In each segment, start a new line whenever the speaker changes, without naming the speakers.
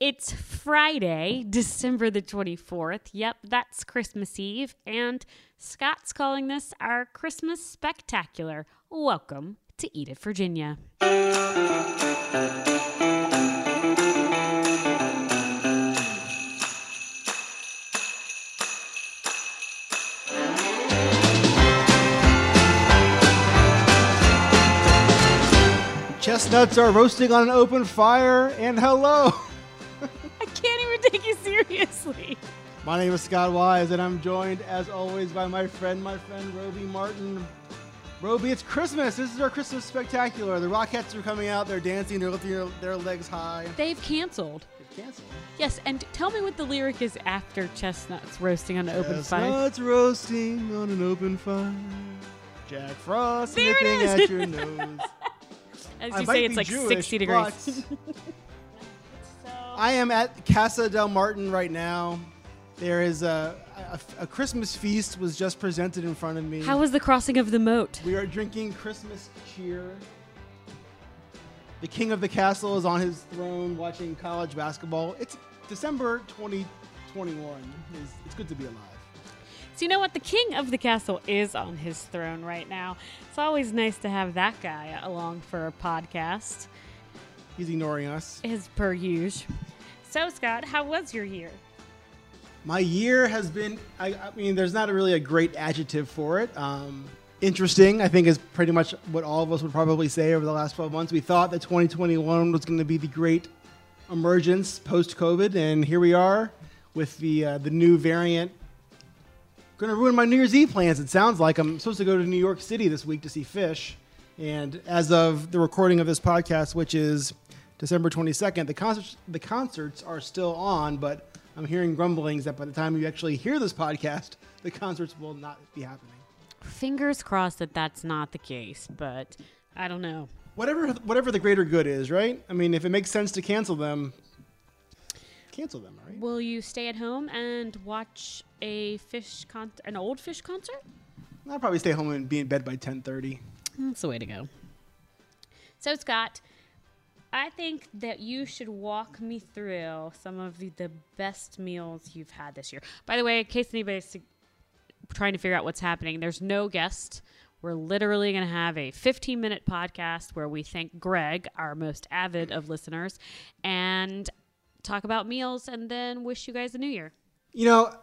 It's Friday, December the 24th. Yep, that's Christmas Eve. And Scott's calling this our Christmas Spectacular. Welcome to Eat It, Virginia.
Chestnuts are roasting on an open fire, and hello.
I can't even take you seriously.
My name is Scott Wise, and I'm joined, as always, by my friend, my friend Roby Martin. Roby, it's Christmas. This is our Christmas spectacular. The Rockettes are coming out. They're dancing. They're lifting their, their legs high.
They've canceled.
It's canceled.
Yes, and tell me what the lyric is after chestnuts roasting on an open fire.
Chestnuts roasting on an open fire. Jack Frost
There it
nipping
is.
at your nose.
As
I
you
might
say, it's
be
like
Jewish,
60 degrees.
but I am at Casa del Martin right now. There is a, a, a Christmas feast was just presented in front of me.
How was the crossing of the moat?
we are drinking Christmas cheer. The king of the castle is on his throne watching college basketball. It's December 2021. It's, it's good to be alive.
So you know what? The king of the castle is on his throne right now. It's always nice to have that guy along for a podcast,
He's ignoring us.
as per usual. So Scott, how was your year?
My year has been, I, I mean, there's not really a great adjective for it. Um, interesting, I think, is pretty much what all of us would probably say over the last 12 months. We thought that 2021 was going to be the great emergence post COVID, and here we are with the, uh, the new variant. Going to ruin my New Year's Eve plans, it sounds like. I'm supposed to go to New York City this week to see Fish. And as of the recording of this podcast, which is December 22nd, the concerts, the concerts are still on, but I'm hearing grumblings that by the time you actually hear this podcast, the concerts will not be happening.
Fingers crossed that that's not the case, but I don't know.
Whatever, whatever the greater good is, right? I mean, if it makes sense to cancel them, cancel them, right?
Will you stay at home and watch a fish con- an old fish concert?
I'll probably stay home and be in bed by 10:30.
That's the way to go. So, Scott, I think that you should walk me through some of the, the best meals you've had this year. By the way, in case anybody's su- trying to figure out what's happening, there's no guest. We're literally going to have a 15 minute podcast where we thank Greg, our most avid of listeners, and talk about meals and then wish you guys a new year.
You know,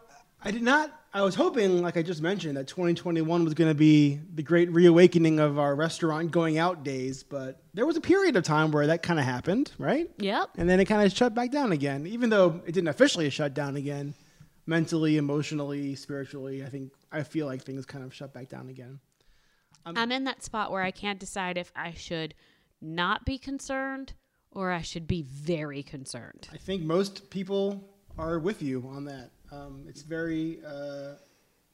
I did not. I was hoping, like I just mentioned, that 2021 was going to be the great reawakening of our restaurant going out days, but there was a period of time where that kind of happened, right?
Yep.
And then it kind of shut back down again, even though it didn't officially shut down again. Mentally, emotionally, spiritually, I think I feel like things kind of shut back down again.
I'm in that spot where I can't decide if I should not be concerned or I should be very concerned.
I think most people are with you on that. Um, it's very, uh,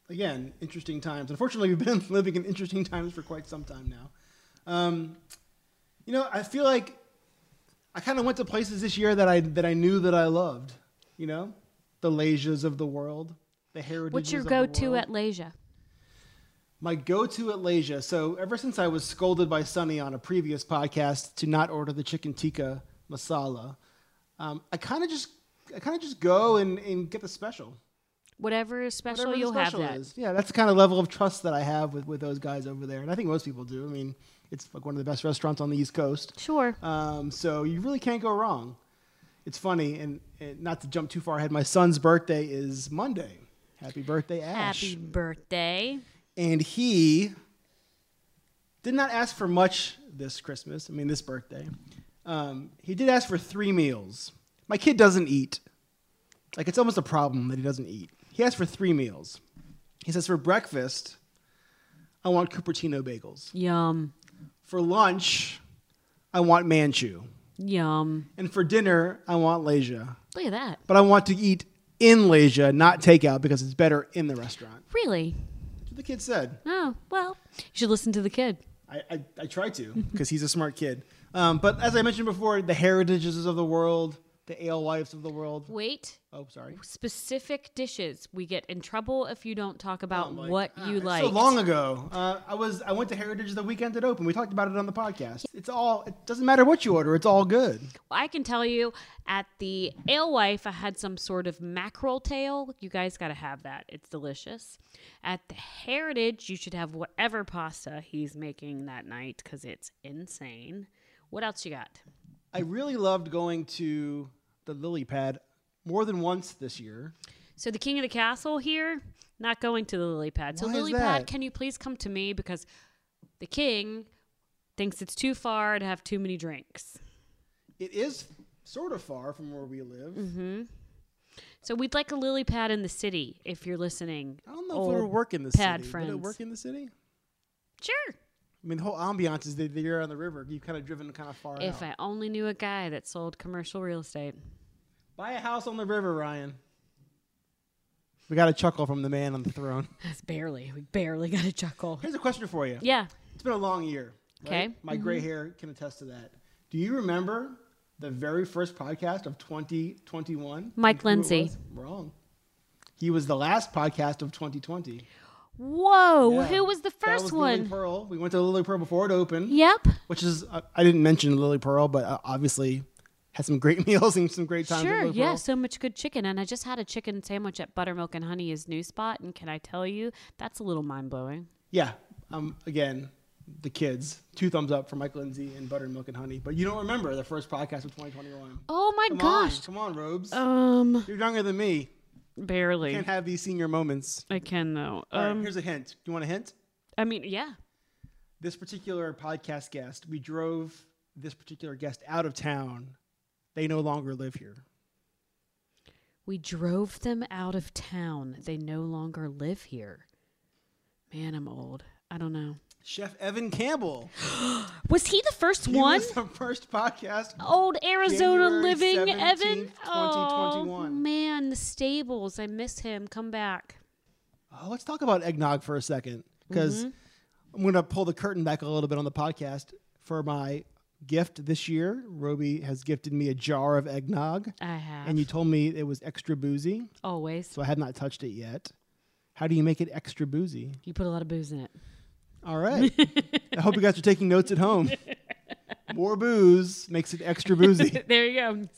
again, interesting times. Unfortunately, we've been living in interesting times for quite some time now. Um, you know, I feel like I kind of went to places this year that I that I knew that I loved. You know, the Lasias of the world, the heritage.
What's your go-to at Leisure?
My go-to at Leisure. So ever since I was scolded by Sonny on a previous podcast to not order the chicken tikka masala, um, I kind of just I kind of just go and, and get the special.
Whatever is special,
Whatever the
you'll
special
have that.
is. Yeah, that's the kind of level of trust that I have with, with those guys over there, and I think most people do. I mean, it's like one of the best restaurants on the East Coast.
Sure.
Um, so you really can't go wrong. It's funny, and, and not to jump too far ahead, my son's birthday is Monday. Happy birthday, Ash!
Happy birthday.
and he did not ask for much this Christmas. I mean, this birthday. Um, he did ask for three meals. My kid doesn't eat. Like, it's almost a problem that he doesn't eat. He asked for three meals. He says, for breakfast, I want Cupertino bagels.
Yum.
For lunch, I want Manchu.
Yum.
And for dinner, I want Leisure.
Look at that.
But I want to eat in Leisure, not takeout, because it's better in the restaurant.
Really?
That's what the kid said.
Oh, well, you should listen to the kid.
I, I, I try to because he's a smart kid. Um, but as I mentioned before, the heritages of the world, the alewives of the world.
Wait,
Oh, sorry.
specific dishes. We get in trouble if you don't talk about
like, ah,
what you like.
So long ago, uh, I was I went to Heritage the weekend it opened. We talked about it on the podcast. It's all. It doesn't matter what you order. It's all good.
I can tell you at the Alewife, I had some sort of mackerel tail. You guys got to have that. It's delicious. At the Heritage, you should have whatever pasta he's making that night because it's insane. What else you got?
I really loved going to the Lily Pad more than once this year.
So the King of the Castle here, not going to the lily pad. So
Why is
lily pad,
that?
can you please come to me because the king thinks it's too far to have too many drinks.
It is sort of far from where we live.
Mm-hmm. So we'd like a lily pad in the city if you're listening.
I don't know if it would
old
work in the
pad
city. Would it
friends.
work in the city?
Sure.
I mean, the whole ambiance is that you're on the river. You've kind of driven kind of far
If
out.
I only knew a guy that sold commercial real estate.
Buy a house on the river, Ryan. We got a chuckle from the man on the throne.
That's barely. We barely got a chuckle.
Here's a question for you.
Yeah.
It's been a long year. right?
Okay. Mm-hmm.
My gray hair can attest to that. Do you remember the very first podcast of 2021?
Mike
Who it
Lindsay.
was? Wrong. He was the last podcast of 2020.
Whoa.
Yeah.
Who was the
That
first
was Lily
one?
Pearl. We went to Lily Pearl before it opened.
Yep.
which is uh, I didn't mention Lily Pearl, but uh, obviously had some great meals and some great times. at
Sure,
Lily
yeah,
Pearl.
so much good chicken. And I just had a chicken sandwich at Buttermilk and Honey is new spot. And can I tell you, that's a little mind blowing.
yeah. Um, again, the kids, two thumbs up for Mike Lindsay and Buttermilk and Honey. But you don't remember the first podcast of 2021?
Oh my
Come on,
gosh.
come on, Robes.
Um,
You're younger than me.
barely.
Can't have these senior moments.
I can though.
All right,
Um,
here's a hint. Do you want a hint?
I mean, yeah.
This particular podcast guest, we drove this particular guest out of town. They no longer live here.
We drove them out of town. They no longer live here. Man, I'm old. I don't know.
Chef Evan Campbell.
Was he the first
He
one?
was the first podcast
Old Arizona
January
living
17th,
Evan. Oh
2021.
man, the stables. I miss him. Come back.
Oh, let's talk about eggnog for a second because I'm going to pull the curtain back a little bit on the podcast for my gift this year. Roby has gifted me a jar of eggnog,
I have
and you told me it was extra boozy,
always.
so I have not touched it yet. How do you make it extra boozy?
You put a lot of booze in it.
All right. I hope you guys are taking notes at home. More booze makes it extra boozy.
There you go.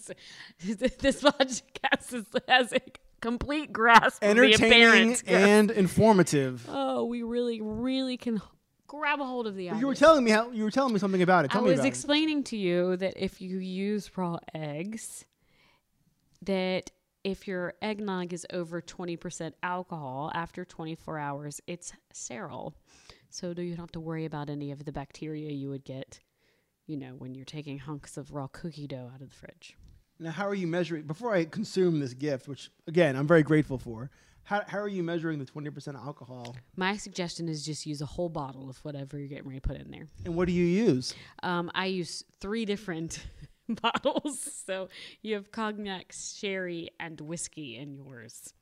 This podcast is, has a complete grasp of the
Entertaining
appearance.
and informative.
Oh, we really, really can h- grab a hold of the idea.
You were telling me how you were telling me something about
I
it. Tell me
was
about it.
explaining to you that if you use raw eggs, that if your eggnog is over 20% alcohol after 24 hours, it's sterile. So do you don't have to worry about any of the bacteria you would get, you know, when you're taking hunks of raw cookie dough out of the fridge.
Now, how are you measuring? Before I consume this gift, which again I'm very grateful for, how, how are you measuring the 20% alcohol?
My suggestion is just use a whole bottle of whatever you're getting ready to put in there.
And what do you use?
Um, I use three different bottles. So you have cognac, sherry, and whiskey in yours.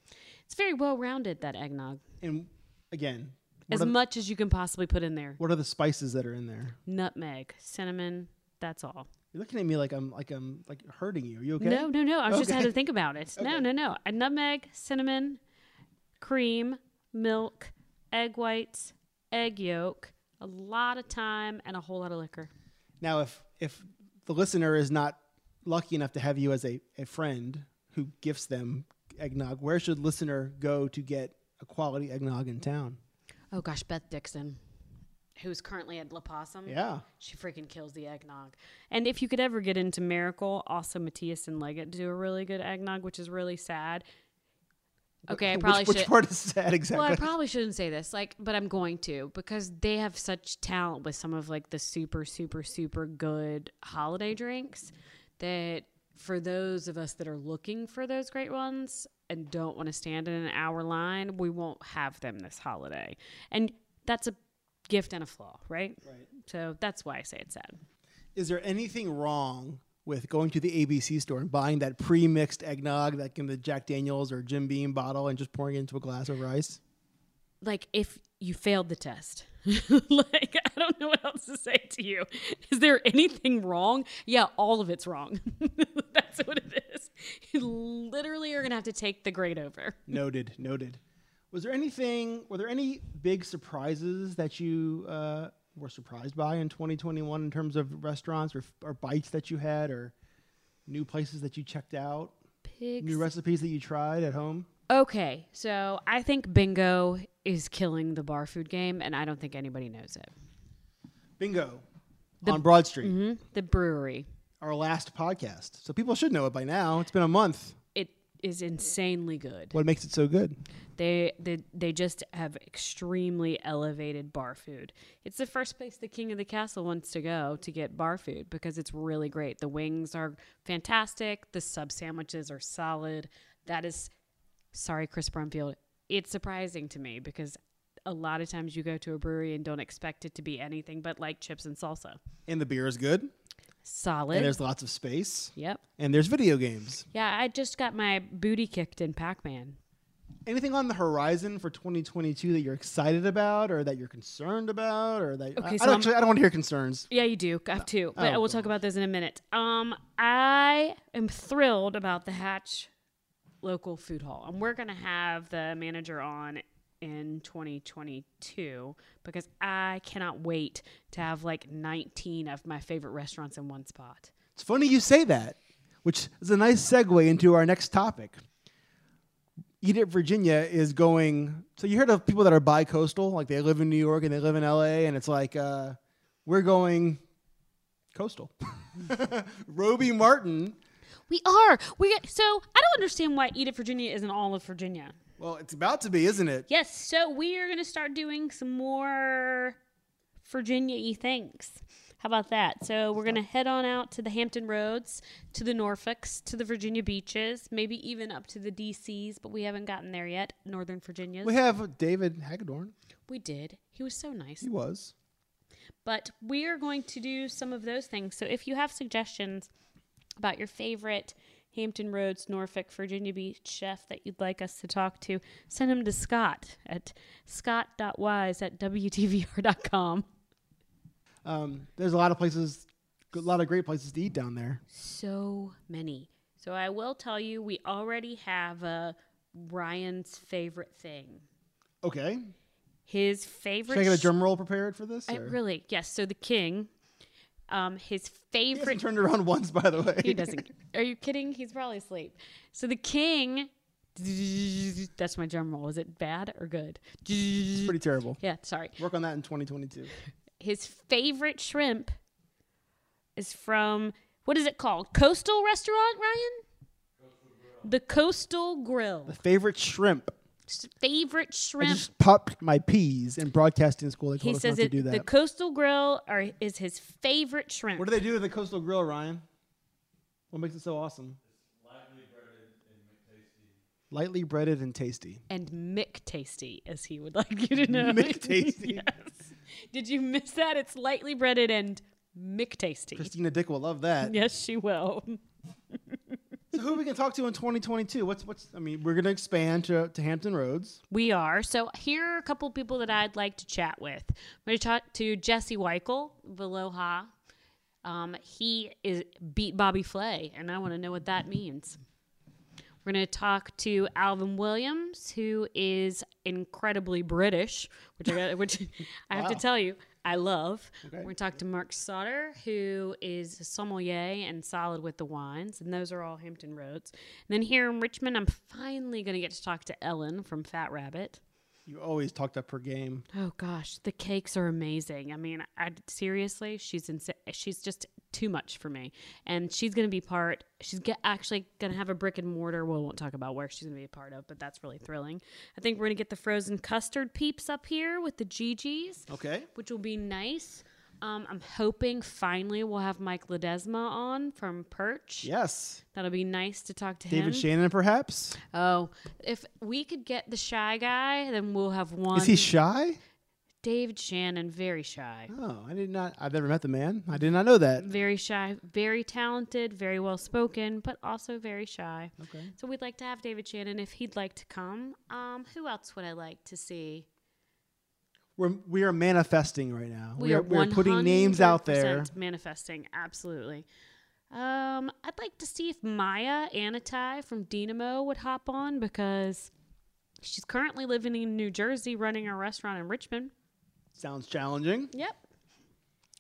It's very well rounded, that eggnog.
And again,
As
what are,
much as you can possibly put in there
what are the spices that are in there?
nutmeg, cinnamon, that's all.
You're looking at me like I'm like I'm like hurting you. Are you okay?
No, no, no. I was just had
Okay.
to think about it. No,
Okay.
no, no. A nutmeg, cinnamon, cream, milk, egg whites, egg yolk, a lot of thyme, and a whole lot of liquor.
Now, if if the listener is not lucky enough to have you as a, a friend who gifts them eggnog, where should listener go to get a quality eggnog in town?
Oh gosh, Beth Dixon, who's currently at La Possum.
Yeah.
She freaking kills the eggnog. And if you could ever get into Miracle, also Matthias and Leggett do a really good eggnog, which is really sad. Okay, I probably
which, which
should.
part is that exactly?
well, I probably shouldn't say this, like, but I'm going to because they have such talent with some of like the super, super, super good holiday drinks that for those of us that are looking for those great ones and don't want to stand in an hour line, we won't have them this holiday. And that's a gift and a flaw, right? Right. So that's why I say it's sad.
is there anything wrong with going to the ABC store and buying that pre-mixed eggnog, like in the Jack Daniels or Jim Beam bottle, and just pouring it into a glass of rice?
like if you failed the test like i don't know what else to say to you is there anything wrong yeah all of it's wrong that's what it is you literally are going to have to take the grade over.
Noted, noted. Was there anything? Were there any big surprises that you uh, were surprised by in 2021 in terms of restaurants or, or bites that you had or new places that you checked out,
Pigs.
new recipes that you tried at home?
Okay, so I think bingo is killing the bar food game, and I don't think anybody knows it.
Bingo on Broad Street,
hmm The brewery.
our last podcast. So people should know it by now. It's been a month.
It is insanely good.
What makes it so good?
They, they they just have extremely elevated bar food. It's the first place the king of the castle wants to go to get bar food because it's really great. The wings are fantastic. The sub sandwiches are solid. That is, sorry, Chris Brumfield. It's surprising to me because a lot of times you go to a brewery and don't expect it to be anything but like chips and salsa.
And the beer is good. And
Solid.
there's lots of space.
Yep.
And there's video games.
Yeah, I just got my booty kicked in Pac Man.
Anything on the horizon for 2022 that you're excited about, or that you're concerned about, or that I,
Okay, so
I don't
I'm-
actually I don't want to hear concerns.
Yeah, you do. I have two, but
Oh,
we'll talk about those in a minute. Um, I am thrilled about the Hatch local food hall, and we're gonna have the manager on in 2022 because I cannot wait to have like 19 of my favorite restaurants in one spot.
It's funny you say that, which is a nice segue into our next topic. Eat It Virginia is going. So you heard of people that are bi-coastal, like they live in New York and they live in LA, and it's like uh, we're going coastal. Roby Martin.
We are. We so I don't understand why Eat It Virginia isn't all of Virginia.
Well, it's about to be, isn't it?
Yes, so we are going to start doing some more Virginia y things. How about that? So we're going to head on out to the Hampton Roads, to the Norfolks, to the Virginia beaches, maybe even up to the DCs, but we haven't gotten there yet. Northern Virginia's.
We have David Hagedorn.
we did. He was so nice.
He was.
But we are going to do some of those things. So if you have suggestions about your favorite Hampton Roads, Norfolk, Virginia Beach chef that you'd like us to talk to, send them to Scott at scott.wise at WTVR.com.
Um, there's a lot of places, a lot of great places to eat down there.
So many. So I will tell you, we already have a Ryan's favorite thing.
Okay.
His favorite.
Should I get a
sh-
drum roll prepared for this?
I-
or-
really, yes. So the king, um, his
He hasn't
favorite
turned around once, by the way.
He doesn't. Are you kidding? He's probably asleep. So the king. That's my drum roll. Is it bad or good?
Pretty terrible.
Yeah, sorry.
Work on that in 2022.
His favorite shrimp is from what is it called? Coastal restaurant, Ryan. The Coastal Grill.
The favorite shrimp.
S- Favorite
I
shrimp.
just popped my peas in broadcasting school. They told
He
us
says
not
it.
to do that.
The Coastal Grill are, is his favorite shrimp.
what do they do with the coastal grill, Ryan? What makes it so awesome? Lightly breaded and tasty.
and Mick Tasty, as he would like you to know.
Mick Tasty.
yes. Did you miss that? It's lightly breaded and Mick Tasty.
Christina Dick will love that.
Yes, she will.
So who we can talk to in 2022? What's what's? I mean, we're gonna expand to, to Hampton Roads.
We are. So here are a couple people that I'd like to chat with. I'm going to talk to Jesse Weichel of Aloha. Um, he is beat Bobby Flay, and I want to know what that means. We're going to talk to Alvin Williams, who is incredibly British, which I, got- which I have to
Wow.
tell you, I love.
Okay.
We're going to talk to Mark Sauter, who is a sommelier and solid with the wines, and those are all Hampton Roads. And then here in Richmond, I'm finally going to get to talk to Ellen from Fat Rabbit.
You always talked up her game.
Oh gosh, the cakes are amazing. I mean, I seriously, she's insa- she's just too much for me. And she's going to be part. She's get, actually going to have a brick and mortar. Well, we won't talk about where she's going to be a part of, but that's really thrilling. I think we're going to get the frozen custard peeps up here with the GGs,
Okay.
which will be nice. Um, I'm hoping finally we'll have Mike Ledesma on from Perch.
Yes.
That'll be nice to talk to him.
David Shannon, perhaps.
oh, if we could get the shy guy, then we'll have one.
Is he shy?
David Shannon, very shy.
Oh, I did not. I've never met the man. I did not know that.
Very shy, very talented, very well spoken, but also very shy.
Okay.
So we'd like to have David Shannon if he'd like to come. Um, who else would I like to see?
We're we are manifesting right now. We, are, we are putting names out there.
100% manifesting. Absolutely. Um, I'd like to see if Maya Anatai from Dynamo would hop on because she's currently living in New Jersey, running a restaurant in Richmond.
Sounds challenging.
Yep.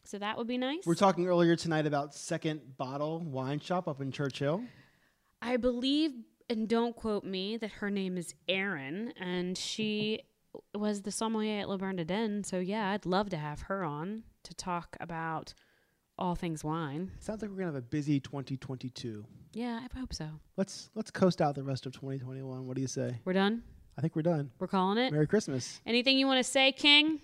So that would be nice.
We're talking earlier tonight about Second Bottle Wine Shop up in Churchill.
I believe, and don't quote me, that her name is Erin, and she was the sommelier at Le Bernardin. So yeah, I'd love to have her on to talk about all things wine.
Sounds like we're gonna have a busy 2022.
Yeah, I hope so.
Let's let's coast out the rest of 2021. What do you say?
We're done.
I think we're done.
We're calling it.
Merry Christmas.
Anything you want to say, King?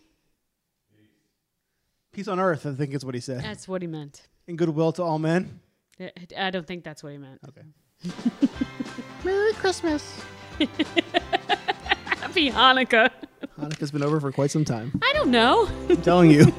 Peace on earth. I think is what he said.
That's what he meant.
and goodwill to all men.
I- I don't think that's what he meant.
Okay. Merry Christmas.
Happy Hanukkah.
Hanukkah's been over for quite some time.
I don't know.
I'm telling you.